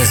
Ez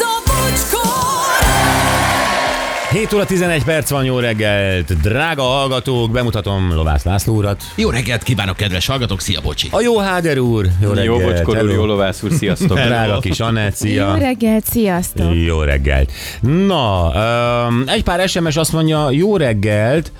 a bocskor! 7 óra 11 perc van, jó reggelt! Drága hallgatók, bemutatom Lovász László urat. Jó reggelt kívánok, kedves hallgatók, szia Bocsi! A jó Háder úr, jó reggelt! Jó bocskor úr, hello. jó lovász úr, sziasztok! Drága kis Anett, Jó szia! reggelt, sziasztok! Jó reggelt! Na, öm, egy pár SMS azt mondja, jó reggelt,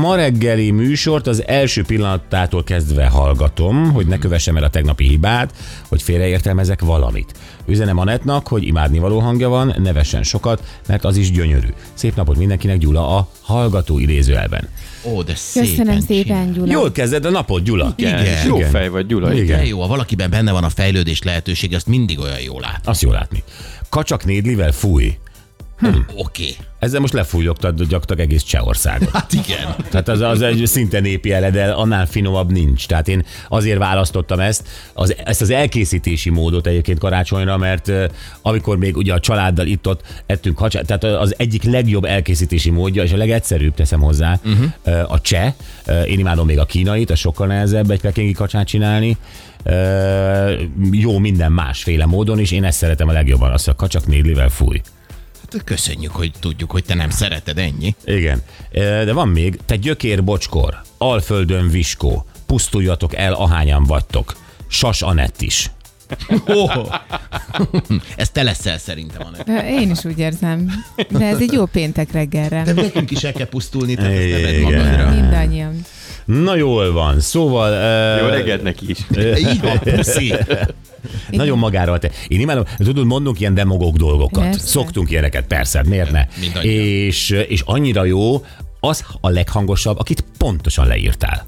ma reggeli műsort az első pillanattától kezdve hallgatom, hogy ne kövessem el a tegnapi hibát, hogy félreértelmezek valamit. Üzenem Anettnak, hogy imádnivaló hangja van, ne vessen sokat, mert az is gyönyörű. Szép napot mindenkinek, Gyula a hallgató idézőelben. Ó, de szépen Köszönöm szépen, Gyula. Jól kezded a napot, Gyula. Igen. Jó fej vagy, Gyula. Igen. Igen. De jó, ha valakiben benne van a fejlődés lehetőség, azt mindig olyan jól lát. Azt jól látni. Kacsak nédlivel fúj. Oké. Okay. Ezzel most lefújogtad gyakorlatilag egész Csehországot. Hát igen. Tehát az, az egy szinte népi jele, de annál finomabb nincs. Tehát én azért választottam ezt, az, ezt az elkészítési módot egyébként karácsonyra, mert ö, amikor még ugye a családdal itt-ott ettünk hacsát, tehát az egyik legjobb elkészítési módja, és a legegyszerűbb teszem hozzá, uh-huh. a cseh. Ö, Én imádom még a kínait, az sokkal nehezebb egy pekingi kacsát csinálni. Ö, jó minden másféle módon is, én ezt szeretem a legjobban, azt a kacsak néglivel fúj. Hát köszönjük, hogy tudjuk, hogy te nem szereted ennyi. Igen. E, De van még, te gyökér bocskor, alföldön viskó, pusztuljatok el, ahányan vagytok. Sas Anett is. Oh. Ez te leszel szerintem, Anett. Ö, Én is úgy érzem. De ez egy jó péntek reggelre. Nekünk is el kell pusztulni, tehát ezt ne vedd Igen. magadra. Mindannyian. Na jól van, szóval... e, Jó reggelt neki is. Így van, puszi. Nagyon magára te. Én imádom, tudod, mondunk ilyen demagóg dolgokat. Persze. Szoktunk ilyeneket, persze, miért ne? Mindannyian. És, és annyira jó, az a leghangosabb, akit pontosan leírtál.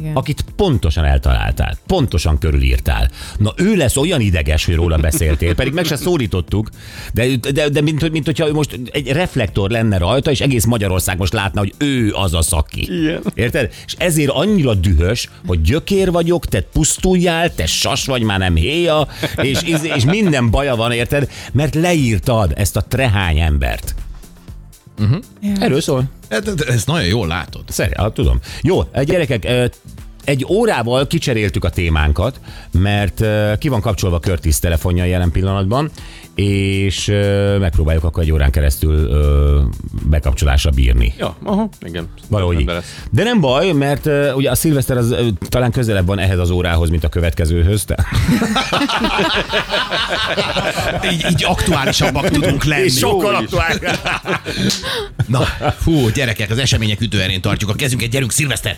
Igen. akit pontosan eltaláltál, pontosan körülírtál. Na ő lesz olyan ideges, hogy róla beszéltél, pedig meg se szólítottuk, de, de, de mint, hogy- mint hogyha ő most egy reflektor lenne rajta, és egész Magyarország most látna, hogy ő az a szaki. Igen. Érted? És ezért annyira dühös, hogy gyökér vagyok, te pusztuljál, te sas vagy, már nem héja, és, és, és minden baja van, érted? Mert leírtad ezt a trehány embert. Uh-huh. Erről szól. Hát, hát, Ezt nagyon jól látod. Szerint, hát tudom. Jó, gyerekek, ö, egy órával kicseréltük a témánkat, mert ö, ki van kapcsolva Curtis telefonja jelen pillanatban, és ö, megpróbáljuk akkor egy órán keresztül ö, bekapcsolásra bírni. Ja, aha, igen. Valahogy így. Ebben lesz. De nem baj, mert ö, ugye a szilveszter az ö, talán közelebb van ehhez az órához, mint a következőhöz. Te. Hát Így, így aktuálisabbak tudunk lenni. Na, fú, gyerekek, az események ütőerén tartjuk a kezünket, gyerünk, szilveszter!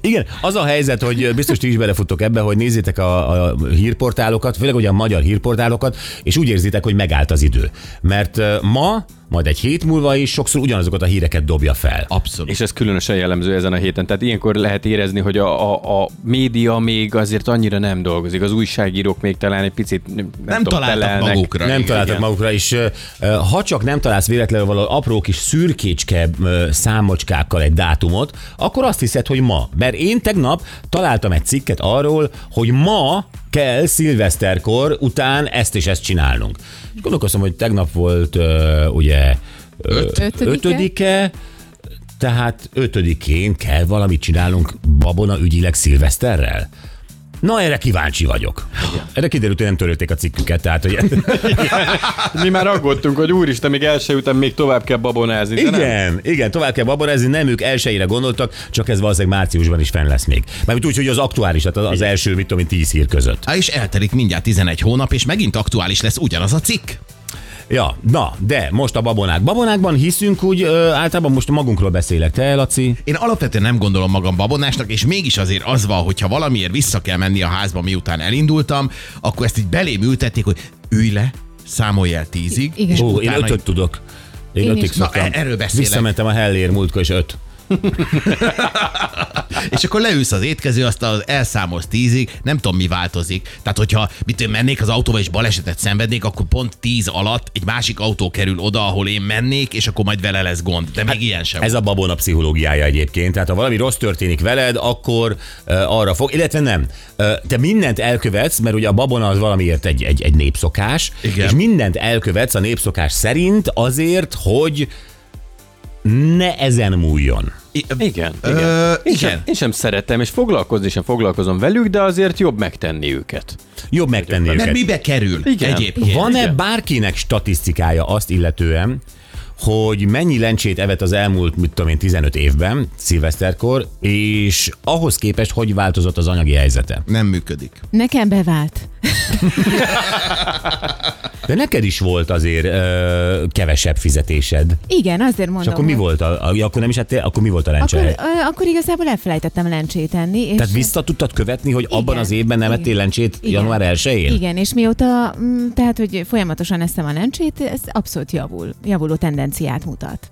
Igen, az a helyzet, hogy biztos ti is belefuttok ebbe, hogy nézzétek a, a hírportálokat, főleg ugye a magyar hírportálokat, és úgy érzitek, hogy megállt az idő. Mert ö, ma, majd egy hét múlva is sokszor ugyanazokat a híreket dobja fel. Abszolút. És ez különösen jellemző ezen a héten. Tehát ilyenkor lehet érezni, hogy a, a, a média még azért annyira nem dolgozik. Az újságírók még talán egy picit nem, nem tudom, találtak telelnek. magukra. Nem Igen. találtak magukra, és ö, ö, ha csak nem találsz véletlenül valahol apró kis szürkécske ö, számocskákkal egy dátumot, akkor azt hiszed, hogy ma. Mert én tegnap találtam egy cikket arról, hogy ma kell szilveszterkor után ezt és ezt csinálnunk. És gondolkoztam, hogy tegnap volt ö, ugye ö, Ötödike? ötödike, tehát ötödikén kell valamit csinálnunk babona ügyileg szilveszterrel? Na, erre kíváncsi vagyok. Erre kiderült, hogy nem törölték a cikküket, tehát hogy Mi már aggódtunk, hogy úristen, még első után még tovább kell babonázni. de nem. Igen, igen, tovább kell babonázni, nem ők elsőjére gondoltak, csak ez valószínűleg márciusban is fenn lesz még. Mármint úgy, hogy az aktuális, tehát az- az első, mit tudom én, tíz hír között. Á, és eltelik mindjárt 11 hónap, és megint aktuális lesz ugyanaz a cikk. Ja, na, de most a babonák. Babonákban hiszünk úgy, ö, általában most magunkról beszélek. Te, Laci? Én alapvetően nem gondolom magam babonásnak, és mégis azért az van, hogyha valamiért vissza kell menni a házba, miután elindultam, akkor ezt így belém ültették, hogy ülj le, számolj el tízig. Igen. és Ó, én utána- ötöt tudok. Én, Én ötig is. Na, szoktam. e- erről beszélek. Visszamentem a hellér múltkor, és öt. És akkor leülsz az étkező, aztán elszámolsz tízig, nem tudom mi változik. Tehát, hogyha mit én mennék az autóba és balesetet szenvednék, akkor pont tíz alatt egy másik autó kerül oda, ahol én mennék, és akkor majd vele lesz gond. De még ilyen sem. Hát Ez a babona pszichológiája egyébként. Tehát ha valami rossz történik veled, akkor uh, arra fog, illetve nem. Uh, te mindent elkövetsz, mert ugye a babona az valamiért egy, egy, egy népszokás, Igen. és mindent elkövetsz a népszokás szerint azért, hogy ne ezen múljon. I- Igen, Ö, igen. Én, igen. sem, én sem szeretem, és foglalkozni sem foglalkozom velük, de azért jobb megtenni őket. Jobb megtenni Mert őket. mibe kerül Igen. egyébként? Van-e Igen. bárkinek statisztikája azt illetően, hogy mennyi lencsét evett az elmúlt, mit tudom én, 15 évben, szilveszterkor, és ahhoz képest, hogy változott az anyagi helyzete. Nem működik. Nekem bevált. De neked is volt azért ö, kevesebb fizetésed. Igen, azért És mondom. akkor mi hogy- volt a, a- ja, akkor nem is ettél, akkor mi volt a hát. Akkor, lencsehely? ö, akkor igazából elfelejtettem lencsét enni. És Tehát vissza tudtad követni, hogy abban Igen. az évben nem Igen. ettél lencsét Igen. január 1-én? Igen, és mióta, mm, tehát, hogy folyamatosan eszem a lencsét, ez abszolút javul, javuló tendenciát mutat.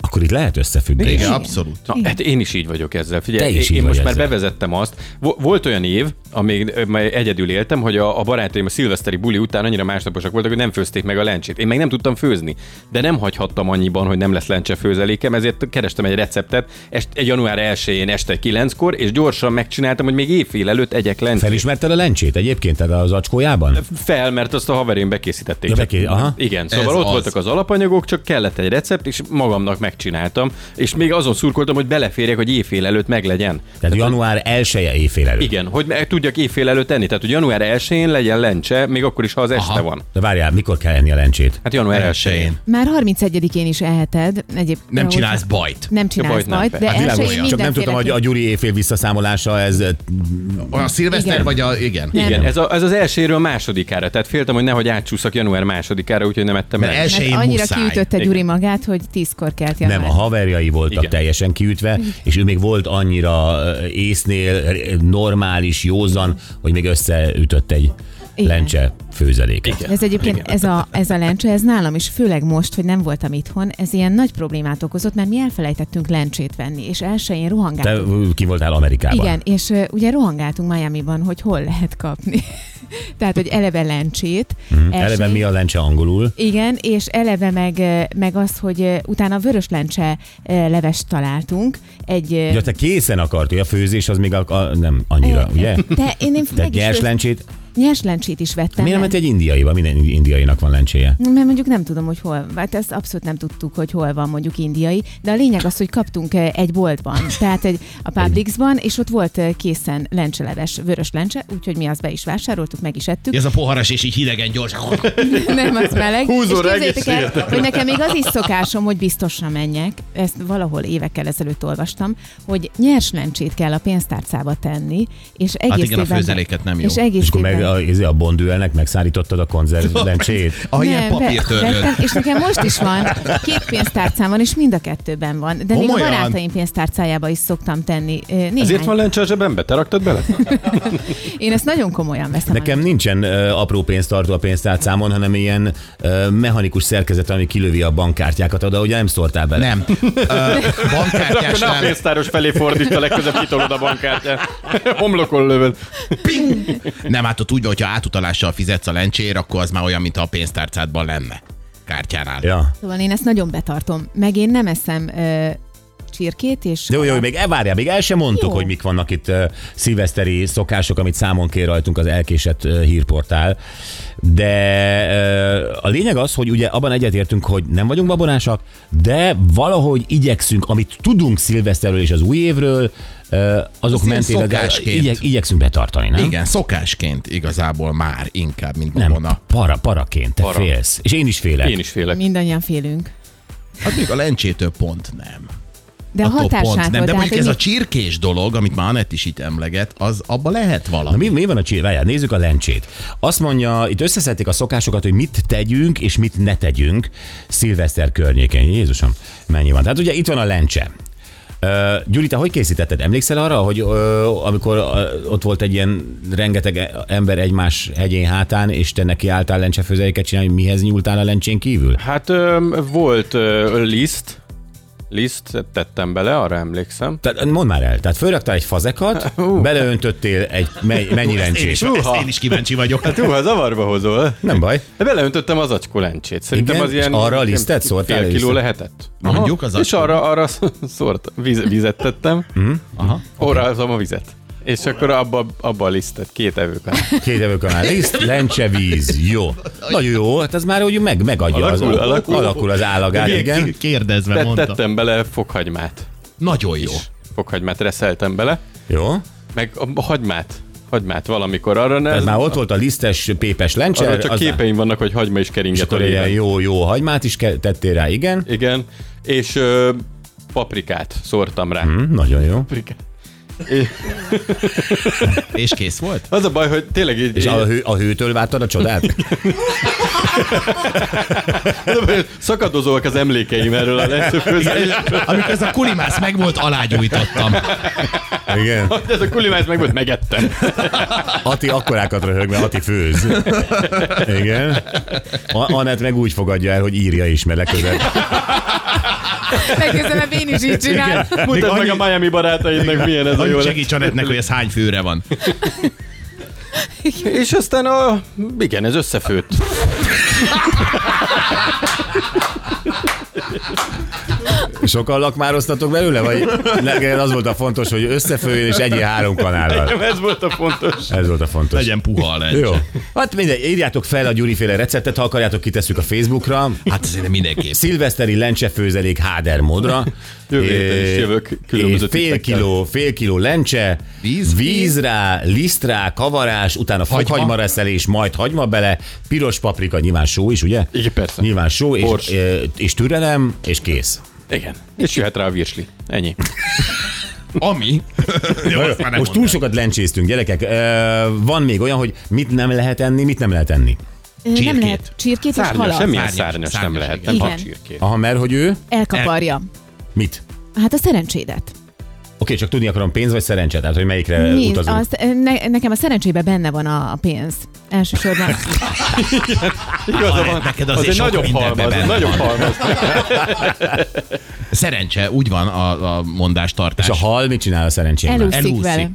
Akkor itt lehet összefüggés. Igen, Igen. abszolút. Na, Igen. hát én is így vagyok ezzel. Figyelj, Te is én így én most vagy már ezzel. bevezettem azt. Vo- Volt olyan év, amíg ö, mely egyedül éltem, hogy a, a barátaim a szilveszteri buli után annyira másnaposak voltak, hogy nem főzték meg a lencsét. Én meg nem tudtam főzni, de nem hagyhattam annyiban, hogy nem lesz lencse főzelékem, ezért kerestem egy receptet est, egy január 1-én este 9-kor, és gyorsan megcsináltam, hogy még évfél előtt egyek lencsét. Felismerted a lencsét egyébként tehát az acskójában? fel, mert azt a haverén bekészítették. Ja, Csak- beké- aha. Igen, Ez szóval ott az. az. voltak az alapanyagok, csak kellett egy recept, és magamnak megcsináltam, és még azon szurkoltam, hogy beleférjek, hogy éjfél előtt meglegyen. Tehát január 1 -e éjfél előtt. Igen, hogy meg tudjak éjfél előtt enni, tehát hogy január 1-én legyen lencse, még akkor is, ha az este Aha. van. De várjál, mikor kell enni a lencsét? Hát január 1-én. Már 31-én is eheted. Egyéb, Nem ahogy- csinálsz bajt. Nem csinálsz bajt nem, bajt, de persze. elsőjén Világos. Hát Csak nem tudtam, hogy a mindenféleképp- Gyuri évfél visszaszámolása ez... A szilveszter Igen. vagy a... Igen. Igen, ez, a, ez az elsőről a másodikára, tehát féltem, hogy nehogy átcsúszak január másodikára, úgyhogy nem ettem Mert el. első- Mert Én annyira muszáj. kiütötte Igen. Gyuri magát, hogy tízkor kelt január. Nem, a haverjai voltak Igen. Igen. teljesen kiütve, és ő még volt annyira ö, észnél, ö, normális, józan, hogy még összeütött egy Igen. lencse főzeléket. Igen. Ez egyébként ez a, ez a lencse, ez nálam is, főleg most, hogy nem voltam itthon, ez ilyen nagy problémát okozott, mert mi elfelejtettünk lencsét venni, és elsőjén Te rohangáltunk. ö, ki voltál Amerikában? Igen, és uh, ugye rohangáltunk Miami-ban, hogy hol lehet kapni. Tehát, hogy eleve lencsét. Mm, Mhm. Eleve mi a lencse angolul? Igen, és eleve meg, ö, meg az, hogy ö, utána vörös lencse ö, levest találtunk. Egy, ö, Ja, te készen akartál, a főzés az még a, a, nem annyira, ugye? De én, én Te meg is gyers főz- lencsét, nyers lencsét is vettem. miért nem el. egy indiaiba? Minden indiainak van lencséje. Mert mondjuk nem tudom, hogy hol, hát ezt abszolút nem tudtuk, hogy hol van mondjuk indiai, de a lényeg az, hogy kaptunk eh, egy boltban, tehát egy, a Publixban, és ott volt eh, készen lencseleves, vörös lencse, úgyhogy mi azt be is vásároltuk, meg is ettük. Ez a poharas, és így hidegen gyors. Nem, az meleg. Húzó és képzeljétek reggelszíjat. el, hogy nekem még az is szokásom, hogy biztosra menjek, ezt valahol évekkel ezelőtt olvastam, hogy nyers lencsét kell a pénztárcába tenni, és egész Hát igen, a évben- főzeléket nem jó. És egész És akkor meg évben- a, izé, a bondüelnek megszállítottad a konzerv lencsét? A ilyen Nem, papírtörlőt. vettem, és nekem most is van, két pénztárcám van, és mind a kettőben van. De még Komolyan? a barátaim pénztárcájába is szoktam tenni ö, néhány. Ezért van lencse a zsebembe? Te raktad bele? Én ezt nagyon komolyan veszem. Nekem nincsen ö, apró pénztartó a pénztárcámon, hanem ilyen ö, mechanikus szerkezet, ami kilövi a bankkártyákat oda, ugye nem szórtál bele. Nem. Ö, Akkor ne a Bankkártyásnál pénztáros felé fordítsa, legközebb kitolod a bankkártyát. Homlokon lövöd. nem hát ott úgy, van, hogyha átutalással fizetsz a lencsér, akkor az már olyan, mintha a pénztárcádban lenne. Kártyánál. Ja. Szóval én ezt nagyon betartom. Meg én nem eszem ö, csirkét, és Jó, jó, még e- várjál, még el sem mondtuk, Jó. hogy mik vannak itt uh, szilveszteri szokások, amit számon kér rajtunk az elkésett uh, hírportál. De uh, a lényeg az, hogy ugye abban egyetértünk, hogy nem vagyunk babonásak, de valahogy igyekszünk, amit tudunk szilveszterről és az új évről, uh, azok ilyen mentén szokásként. igyek, igyekszünk betartani, nem? Igen, szokásként igazából már inkább, mint Nem, babona. para, paraként, te Para. félsz. És én is félek. Én is félek. mindannyian félünk. Hát még a lencsétől pont nem. De a hát Attól hatásától, pont nem. De tehát, mondjuk hogy ez mi- a csirkés dolog, amit már Anett is itt emleget, az abba lehet Na, valami. mi, mi van a csirvájá? Nézzük a lencsét. Azt mondja, itt összeszedték a szokásokat, hogy mit tegyünk és mit ne tegyünk szilveszter környékén. Jézusom, mennyi van. Tehát ugye itt van a lencse. Ö, Gyuri, te hogy készítetted? Emlékszel arra, hogy ö, amikor ö, ott volt egy ilyen rengeteg ember egymás hegyén hátán, és te neki álltál lencsefőzeléket csinálni, hogy mihez nyúltál a lencsén kívül? Hát öm, volt ö, liszt, liszt tettem bele, arra emlékszem. Tehát mondd már el, tehát fölraktál egy fazekat, beleöntöttél egy me- mennyi Ezt én, is, lencsét. ezt én is kíváncsi vagyok. Hát, Hú, ha zavarba hozol. Nem baj. De beleöntöttem az acskó lencsét. Szerintem Igen? az ilyen És arra a nem lisztet tudom, szórtál Fél először? kiló lehetett. Mondjuk az És acskó. arra, arra szórt, víz, vizet tettem, Mhm. Aha. orrázom a vizet. És akkor abba, abba a lisztet, két evőkán. Két evőkanál liszt, lencse, víz. Jó. Nagyon jó, hát ez már úgy meg, megadja. Alakul, az, alakul. alakul az állagát, igen. Kérdezve Tett, mondta. tettem bele fokhagymát. Nagyon jó. fokhagymát reszeltem bele, Jó? meg a a hagymát, hagymát valamikor arra ne, Ez már ott volt a lisztes pépes lencse. arra csak az- képeim vannak, hogy hagyma is És keringet a akkor ilyen régen. jó, jó hagymát is ke- tettél rá, igen. Igen, és ö, paprikát szórtam rá. Hmm. Hm, nagyon jó. Paprikát. És kész volt? Az a baj, hogy tényleg így, És így a, hő, a hőtől vártad a csodát? szakadozóak az emlékeim erről a lencefőzelésről. Amikor ez a kulimász megvolt, alágyújtottam. igen. Ez a kulimáz meg volt, megettem. Ati akkorákat röhög, mert Ati főz. Igen. A- Anett meg úgy fogadja el, hogy írja is, mert legközelebb. Legközelebb én is így csinálom. Mutasd annyi- meg a Miami barátaidnak, milyen ez a jó Hogy lesz. segíts Anetnek, hogy ez hány főre van. És aztán a... Igen, ez összefőtt. Sokan lakmároztatok belőle, vagy neked az volt a fontos, hogy összefőjél és egyél három kanállal. Ez volt a fontos. Ez volt a fontos. Legyen puha a lencse. Jó. Hát mindegy, írjátok fel a Gyuriféle receptet, ha akarjátok, kitesszük a Facebookra. Hát azért nem mindenképp. Szilveszteri lencsefőzelék háder módra. Jövő héten is jövök különböző és fél tippekkel. kiló, fél kiló lencse, Víz? víz rá, liszt rá, kavarás, utána Hagyma? fokhagyma reszelés, majd hagyma bele, piros paprika, nyilván só is, ugye? Igen, persze. Nyilván só, Bors. és, ö, és türelem, és kész. Igen. És jöhet rá a virsli. Ennyi. Ami? Jó, azt már nem Most túl sokat lencséztünk, gyerekek. Ö, Van még olyan, hogy mit nem lehet enni, mit nem lehet enni. Nem Csirkét. lehet. Csirkét és Szárnyas, halat. semmilyen Szárnyas, szárnyas, nem szárnyas, lehet. igen. Nem hat Igen. csirkét. Aha, mert hogy ő Elkaparja. mit? Hát a szerencsédet. Oké, csak tudni akarom pénz vagy szerencse, tehát hogy melyikre Nincs, utazunk. azt, ne, nekem a szerencsébe benne van a a pénz. Elsősorban. Igaza van. neked Az azért egy sok nagyobb mindenben halmaz. benne Nagyobb halmaz. Szerencse, úgy van a, a mondás tartás. És a hal mit csinál a szerencsémmel? Elúszik, Elúszik. vele.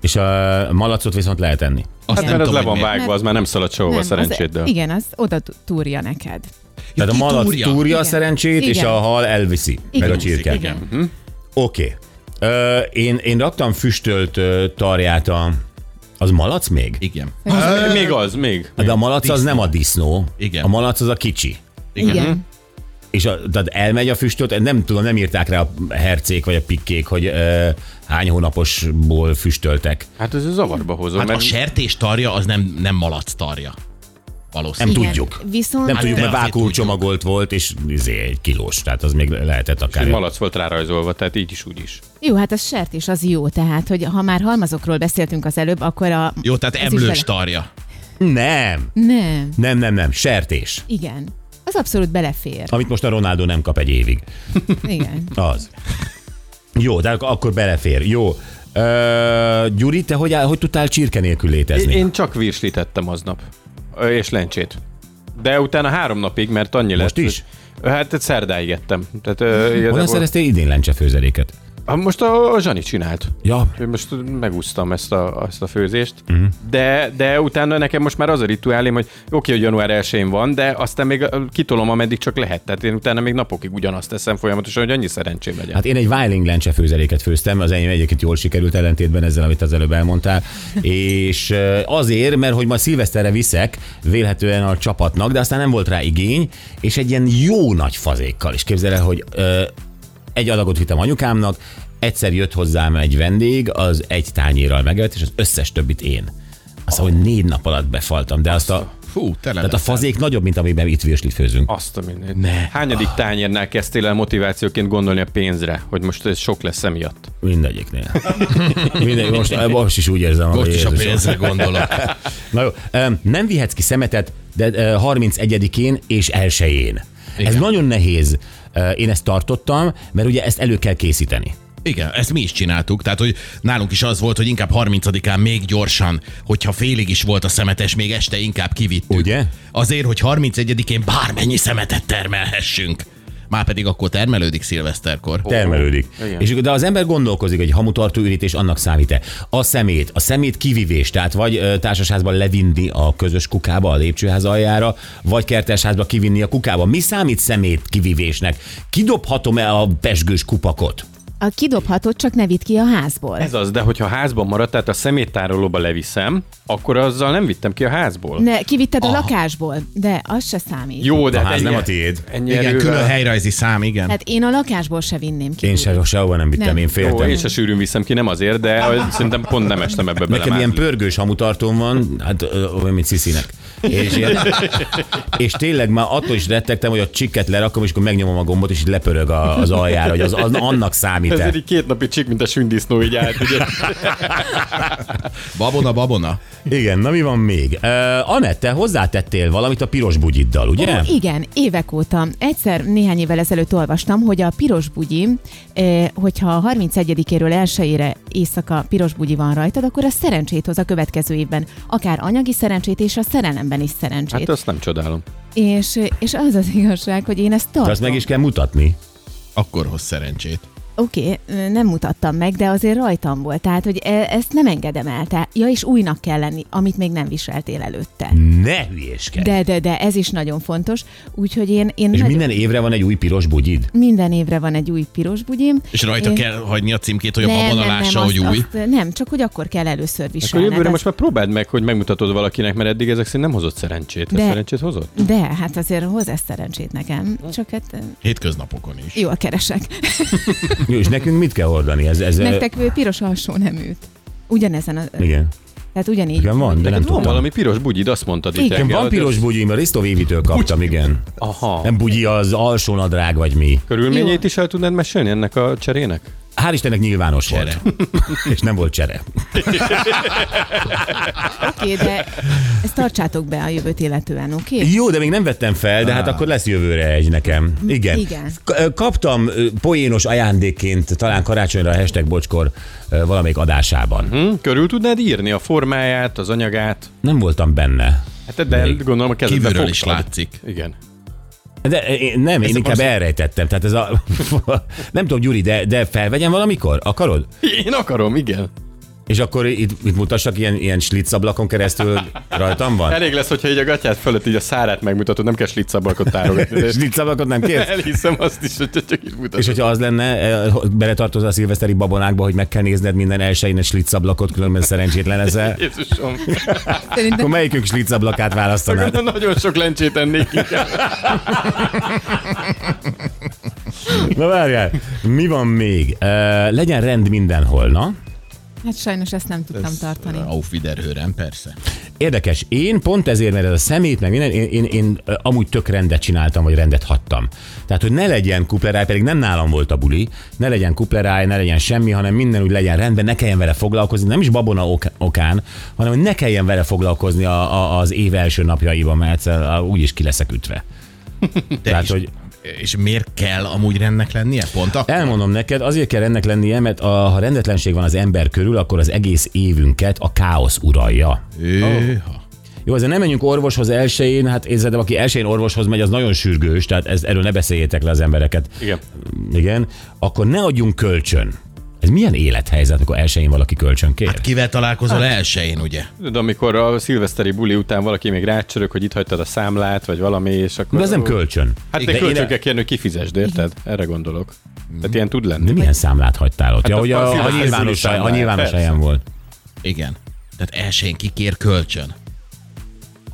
És a malacot viszont lehet enni. Azt Hát mert az le tudom, van hogy miért. vágva, az már nem szalad sehova az, szerencséddel. igen, az oda t- túrja neked. Ja, Tehát a malac kitúrja. túrja, a Igen. szerencsét, és Igen. a hal elviszi, Igen. meg a csirke. Igen. Oké. Ö, Én, én raktam füstölt ö, tarját a... Az malac még? Igen. Az- Hát Még az, még. Hát De a malac az nem a disznó. Igen. A malac az a kicsi. Igen. Igen. És a, tehát elmegy a füstölt, nem tudom, nem írták rá a hercék vagy a pikkék, hogy ö, hány hónaposból füstöltek. Hát ez zavarba hozó, Hát a mert sertés tarja az nem, nem malac tarja. Valószínűleg. Nem tudjuk. Viszont Nem tudjuk, de mert azért vákulcsomagolt volt, és izé, egy kilós, tehát az még lehetett akár. egy malac volt rárajzolva, tehát így is, úgy is. Jó, hát a sert is az jó, tehát, hogy ha már halmazokról beszéltünk az előbb, akkor a... Jó, tehát ez is emlős bele- tarja. Nem, Nem, nem, nem, nem, sertés. igen. Az abszolút belefér. Amit most a Ronaldo nem kap egy évig. Igen. Az. Jó, de ak- akkor belefér. Jó. Ö, Gyuri, te hogy, áll, hogy tudtál csirke nélkül létezni? Én csak virslit ettem aznap. Ö, És lencsét. De utána három napig, mert annyi lett. Most is? Hát egy szerdáig ettem. Tehát, ö, Honnan igazából- szereztél idén lencse főzeléket? Hát most a, a Zsani csinált. Ja, Mhm. Én most megúsztam ezt a, ezt a főzést, uh-huh. de, de utána nekem most már az a rituálém, hogy oké, okay, hogy január 1 van, de aztán még ö, kitolom, ameddig csak lehet. Tehát én utána még napokig ugyanazt teszem folyamatosan, hogy annyi szerencsém legyen. Hát, Hát én egy Weiling lencse főzeléket főztem, az enyém egyébként jól sikerült ellentétben ezzel, amit az előbb elmondtál, és ö, azért, mert hogy ma szilveszterre viszek vélhetően a csapatnak, de aztán nem volt rá igény, és egy ilyen jó nagy fazékkal, és képzel el, hogy ö, egy adagot vittem anyukámnak, egyszer jött hozzám egy vendég, az egy tányérral megölt, és az összes többit én. Azt mondom, hogy négy nap alatt befaltam, de azt a, Fú, tele tehát a lett. fazék nagyobb, mint amiben itt virslit főzünk. azt a mindenit. Ne. Hányadik tányérnál kezdtél el motivációként gondolni a pénzre, hogy most ez sok lesz emiatt? Mindegyiknél. Mindegy, most, most is úgy érzem, hogy Most is a Jézusom. pénzre gondolok. Na jó, öm, nem vihetsz ki szemetet, de ö, 31-én és 1-én. Ez nagyon nehéz. Ö, Én ezt tartottam, mert ugye ezt elő kell készíteni. Igen, ezt mi is csináltuk. Tehát, hogy nálunk is az volt, hogy inkább 30-án még gyorsan, hogyha félig is volt a szemetes, még este inkább kivittük. Ugye? Azért, hogy 31-én bármennyi szemetet termelhessünk. Már pedig akkor termelődik szilveszterkor. Termelődik. Igen. És, de az ember gondolkozik, hogy hamutartó ürítés annak számít-e. A szemét, a szemét kivivés, tehát vagy ö, társasházban levinni a közös kukába, a lépcsőház aljára, vagy kertesházba kivinni a kukába. Mi számít szemét kivivésnek? Kidobhatom-e a pesgős kupakot? A kidobhatod, csak ne vidd ki a házból. Ez az, de hogyha házban maradt, tehát a szeméttárolóba leviszem, akkor azzal nem vittem ki a házból. Ne, kivitted Ah. a lakásból, de az se számít. Jó, de A hát ház ennyi- nem a tiéd. Ennyi Igen, erővel- külön helyrajzi szám, igen. Tehát én a lakásból se vinném ki. Én se, sehova nem vittem, Nem. én Jó, féltem. én se sűrűn viszem ki, nem azért, de szerintem pont nem estem ebbe bele. Nekem ilyen pörgős hamutartóm van, hát ö, olyan, mint Sziszinek. És, ilyen, és tényleg már attól is rettegtem, hogy a csikket lerakom, és akkor megnyomom a gombot, és így lepörög a, az aljára, hogy az, az annak számít Ez -e. egy két napi csik, mint a sündisznó így állt, ugye? Babona, babona. Igen, na mi van még? Uh, Anett, te hozzátettél valamit a piros bugyiddal, ugye? Ó, igen, évek óta. Egyszer néhány évvel ezelőtt olvastam, hogy a piros bugyi, eh, hogyha a 31-éről 1-ére éjszaka piros bugyi van rajtad, akkor a szerencsét hoz a következő évben. Akár anyagi szerencsét és a szerelemben is szerencsét. Hát azt nem csodálom. És, és az az igazság, hogy én ezt tartom. De azt meg is kell mutatni. Akkor hoz szerencsét. Oké, okay, nem mutattam meg, de azért rajtam volt, tehát hogy e- ezt nem engedem el. Tehát, ja, és újnak kell lenni, amit még nem viseltél előtte. Ne hülyéskedj! De, de, de, ez is nagyon fontos. Úgyhogy én, én És nagyon- minden évre van egy új piros bugyid. minden évre van egy új piros bugyim. És rajta Én- kell hagyni a címkét, hogy a babona lássa, azt, hogy új. Azt, nem, csak hogy akkor kell először Akkor viselned. jövőre azt- most már próbáld meg, hogy megmutatod valakinek, mert eddig ezek szerint nem hozott szerencsét. De. De. Szerencsét hozott? De, hát azért hoz ezt szerencsét nekem. Csak hát eh, Hétköznapokon is. jól keresek. Jó, és nekünk mit kell hordani? Ez, ez, Nektek eh, piros alsó nem üt. Ugyanezen a... Igen. Tehát ugyanígy. Igen, van, de nem Neked van tudtam. valami piros bugyid, azt mondtad itt. Igen, Nekem reggel, van hogy piros az- bugyim, a Risto Vivitől kaptam, igen. Aha. Nem bugyi, az alsó nadrág vagy mi. Körülményeit Jó. is el tudnád mesélni ennek a cserének? Hál' Istennek nyilvános Csere. volt. És nem volt csere. Oké, de ezt tartsátok be a jövőt illetően, oké? Jó, de még nem vettem fel, de hát akkor lesz jövőre egy nekem. Igen. Igen. K- ö, Kaptam ö, poénos ajándékként talán karácsonyra a hashtag bocskor ö, valamelyik adásában. Hm? Körül tudnád írni a formáját, az anyagát? Nem voltam benne. Hát de gondolom a kezedbe Kívülről is fogtad. látszik. Igen. De én, nem, én inkább elrejtettem. Tehát ez a... nem tudom, Gyuri, de, de felvegyem valamikor? Akarod? Én akarom, igen. És akkor itt, itt mutassak ilyen, ilyen slitszablakon keresztül rajtam van? Elég lesz, hogyha így a gatyád fölött így a szárát megmutatod, nem kell slitszabalkot tárogatni. Slitszablakot nem kérsz? Elhiszem azt is, hogy csak így mutatod. És hogyha az lenne, eh, beletartozol a szilveszteri babonákba, hogy meg kell nézned minden elsőjén egy slitszablakot, különben szerencsétlen leszel, Jézusom, akkor melyikünk slitszablakát választanád? nagyon sok lencsét ennék inkább. Na várjál, mi van még? Uh, legyen rend mindenhol, na? Hát sajnos ezt nem tudtam tartani. Auf Wiederhören, persze. Érdekes, én pont ezért, mert ez a szemét, meg minden, én, én, én ö, amúgy tök rendet csináltam, vagy rendet hattam. Tehát, hogy ne legyen kupleráj, pedig nem nálam volt a buli, ne legyen kupleráj, ne legyen semmi, hanem minden úgy legyen rendben, ne kelljen vele foglalkozni, nem is babona ok- okán, hanem hogy ne kelljen vele foglalkozni a, a, az év első napjaiban, mert egyszer á, úgyis ki leszek ütve. De Tehát, és, hogy- E- és miért kell amúgy rendnek lennie? Pont akkor? Elmondom neked, azért kell ennek lennie, mert a, ha rendetlenség van az ember körül, akkor az egész évünket a káosz uralja. Őha. Jó, azért nem menjünk orvoshoz elsőjén, hát én szerintem, aki elsőjén orvoshoz megy, az nagyon sürgős, tehát ez, erről ne beszéljétek le az embereket. Igen. Igen. Akkor ne adjunk kölcsön. Ez milyen élethelyzet, amikor elsőjén valaki kölcsön kér? Hát kivel találkozol Ah. elsőjén, ugye? Tudod, amikor a szilveszteri buli után valaki még rácsörög, hogy itt hagytad a számlát, vagy valami, és akkor... De ez nem kölcsön. Hát De de én- kölcsön kell kérni, hogy kifizesd, érted? Erre gondolok. Tehát ilyen tud lenni. De milyen számlát hagytál ott? Hát ja, az hogy a a, a szilveszteri nyilvános, buli a számlát, nyilvános persze. helyen volt. Igen. Tehát elsőjén kikér kölcsön.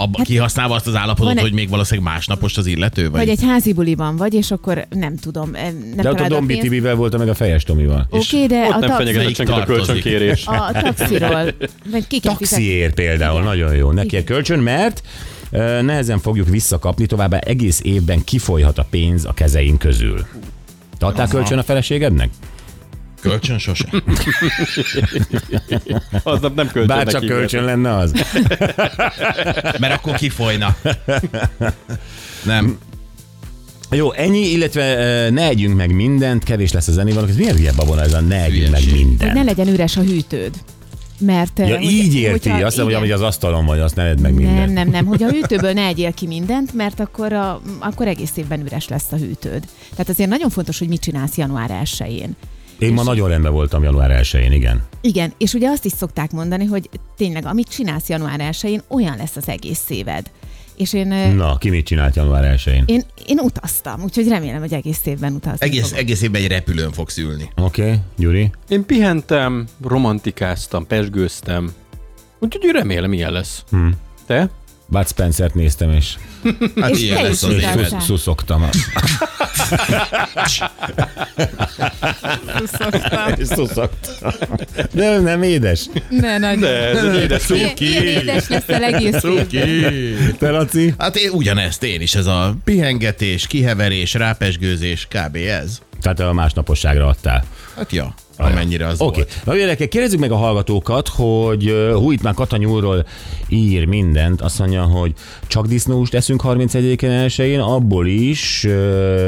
Abba, kihasználva azt az állapotot, Hát van egy- hogy még valószínűleg másnapost az illető? Vagy, Vagy egy házi buliban vagy, és akkor nem tudom, eh, nem De ott a találod Dombi pénzt. Tibivel voltam, meg a Fejes Tomival. Oké, de Ott a, nem taxi, fenyegetett senkit a tartozik. kölcsönkérés. a taxiról. Vagy ki kell fizetni. Taxiért például, nagyon jó. Neki a kölcsön, mert ö, nehezen fogjuk visszakapni, továbbá egész évben kifolyhat a pénz a kezeink közül. Te adtál kölcsön a feleségednek? Kölcsön sose. Aznap nem kölcsön Bár csak kölcsön lenne az. Mert akkor kifolyna. Nem. Jó, ennyi, illetve ö, ne együnk meg mindent, kevés lesz a zenévalók. Ez milyen hülye babona ez a ne együnk meg Hülyeség. Hogy ne mindent. legyen üres a hűtőd. Mert, eh, Ja, így érti, hogyha- azt nem, hogy igen. amíg az asztalon vagy, azt ne edd meg Nem, mindent. nem, nem, hogy a hűtőből ne egyél ki mindent, mert akkor, a, akkor egész évben üres lesz a hűtőd. Tehát azért nagyon fontos, hogy mit csinálsz január 1-én. Én ma nagyon rendben voltam január 1-én, igen. Igen, és ugye azt is szokták mondani, hogy tényleg amit csinálsz január 1-én, olyan lesz az egész éved. és én, Na. Na, ki mit csinált január 1-én? én, én utaztam, úgyhogy remélem, hogy egész évben utaztam. Egész, egész évben egy repülőn fogsz ülni. Oké, okay, Gyuri. Én pihentem, romantikáztam, pesgőztem. Úgyhogy remélem, ilyen lesz. Hm. Hmm. Te? Bud Spencer-t néztem, és Hát És ilyen te lesz is az így élet. Igazság. szuszogtam. szuszogtam. De nem édes. Ne, nagyon. Ez egy édes szó. Ilyen, ilyen édes leszel egész évben. Te, Laci? Hát én ugyanezt, én is, ez a pihengetés, kiheverés, rápesgőzés, kb. ez. Tehát a másnaposságra adtál. Hát ja, amennyire az Oké. volt. Okay. Na gyerekek, kérdezzük meg a hallgatókat, hogy uh, hú, itt már Katanyúról ír mindent. Azt mondja, hogy csak disznóust eszünk 31-én elsőjén, abból is uh,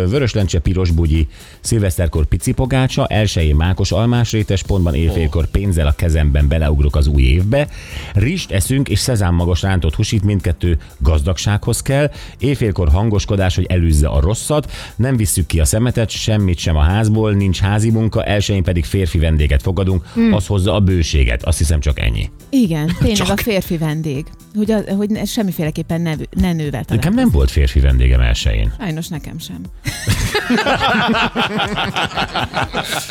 vörös lencse, piros bugyi, szilveszterkor pici pogácsa, elsőjén mákos almás rétes, pontban éjfélkor pénzzel a kezemben beleugrok az új évbe. Rist eszünk és szezámmagos rántott húsit, mindkettő gazdagsághoz kell. Éjfélkor hangoskodás, hogy előzze a rosszat. Nem visszük ki a szemetet, semmit sem a házból, nincs házi munka, elsőjén pedig férfi vendéget fogadunk, hmm. az hozza a bőséget. Azt hiszem csak ennyi. Igen, tényleg a férfi vendég. Hogy, a, hogy ne, semmiféleképpen ne, ne nővel Nekem nem volt férfi vendégem elsőjén. Sajnos nekem sem.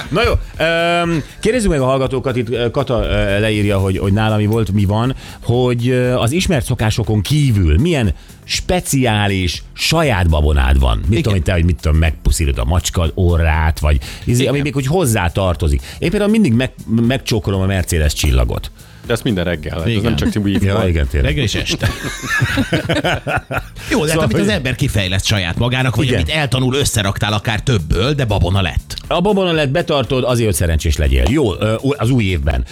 Na jó, öm, kérdezzük meg a hallgatókat, itt ö, Kata ö, leírja, hogy, hogy nálam mi volt, mi van, hogy ö, az ismert szokásokon kívül milyen speciális saját babonád van. Mit tudom, hogy te, hogy mit tudom, megpuszírod a macskad orrát, vagy izé, ami még hogy hozzá tartozik. Én például mindig meg, megcsókolom a Mercedes csillagot. De ezt minden reggel. Hát ez Igen. nem csak Tibi Ja, igen, tényleg. Reggel és este. Jó, de hát, amit Szóval, hogy- az ember kifejleszt saját magának, vagy Igen. amit eltanul, összeraktál akár többből, de babona lett. A babona lett betartod azért, hogy szerencsés legyél. Jó, ö, az új évben.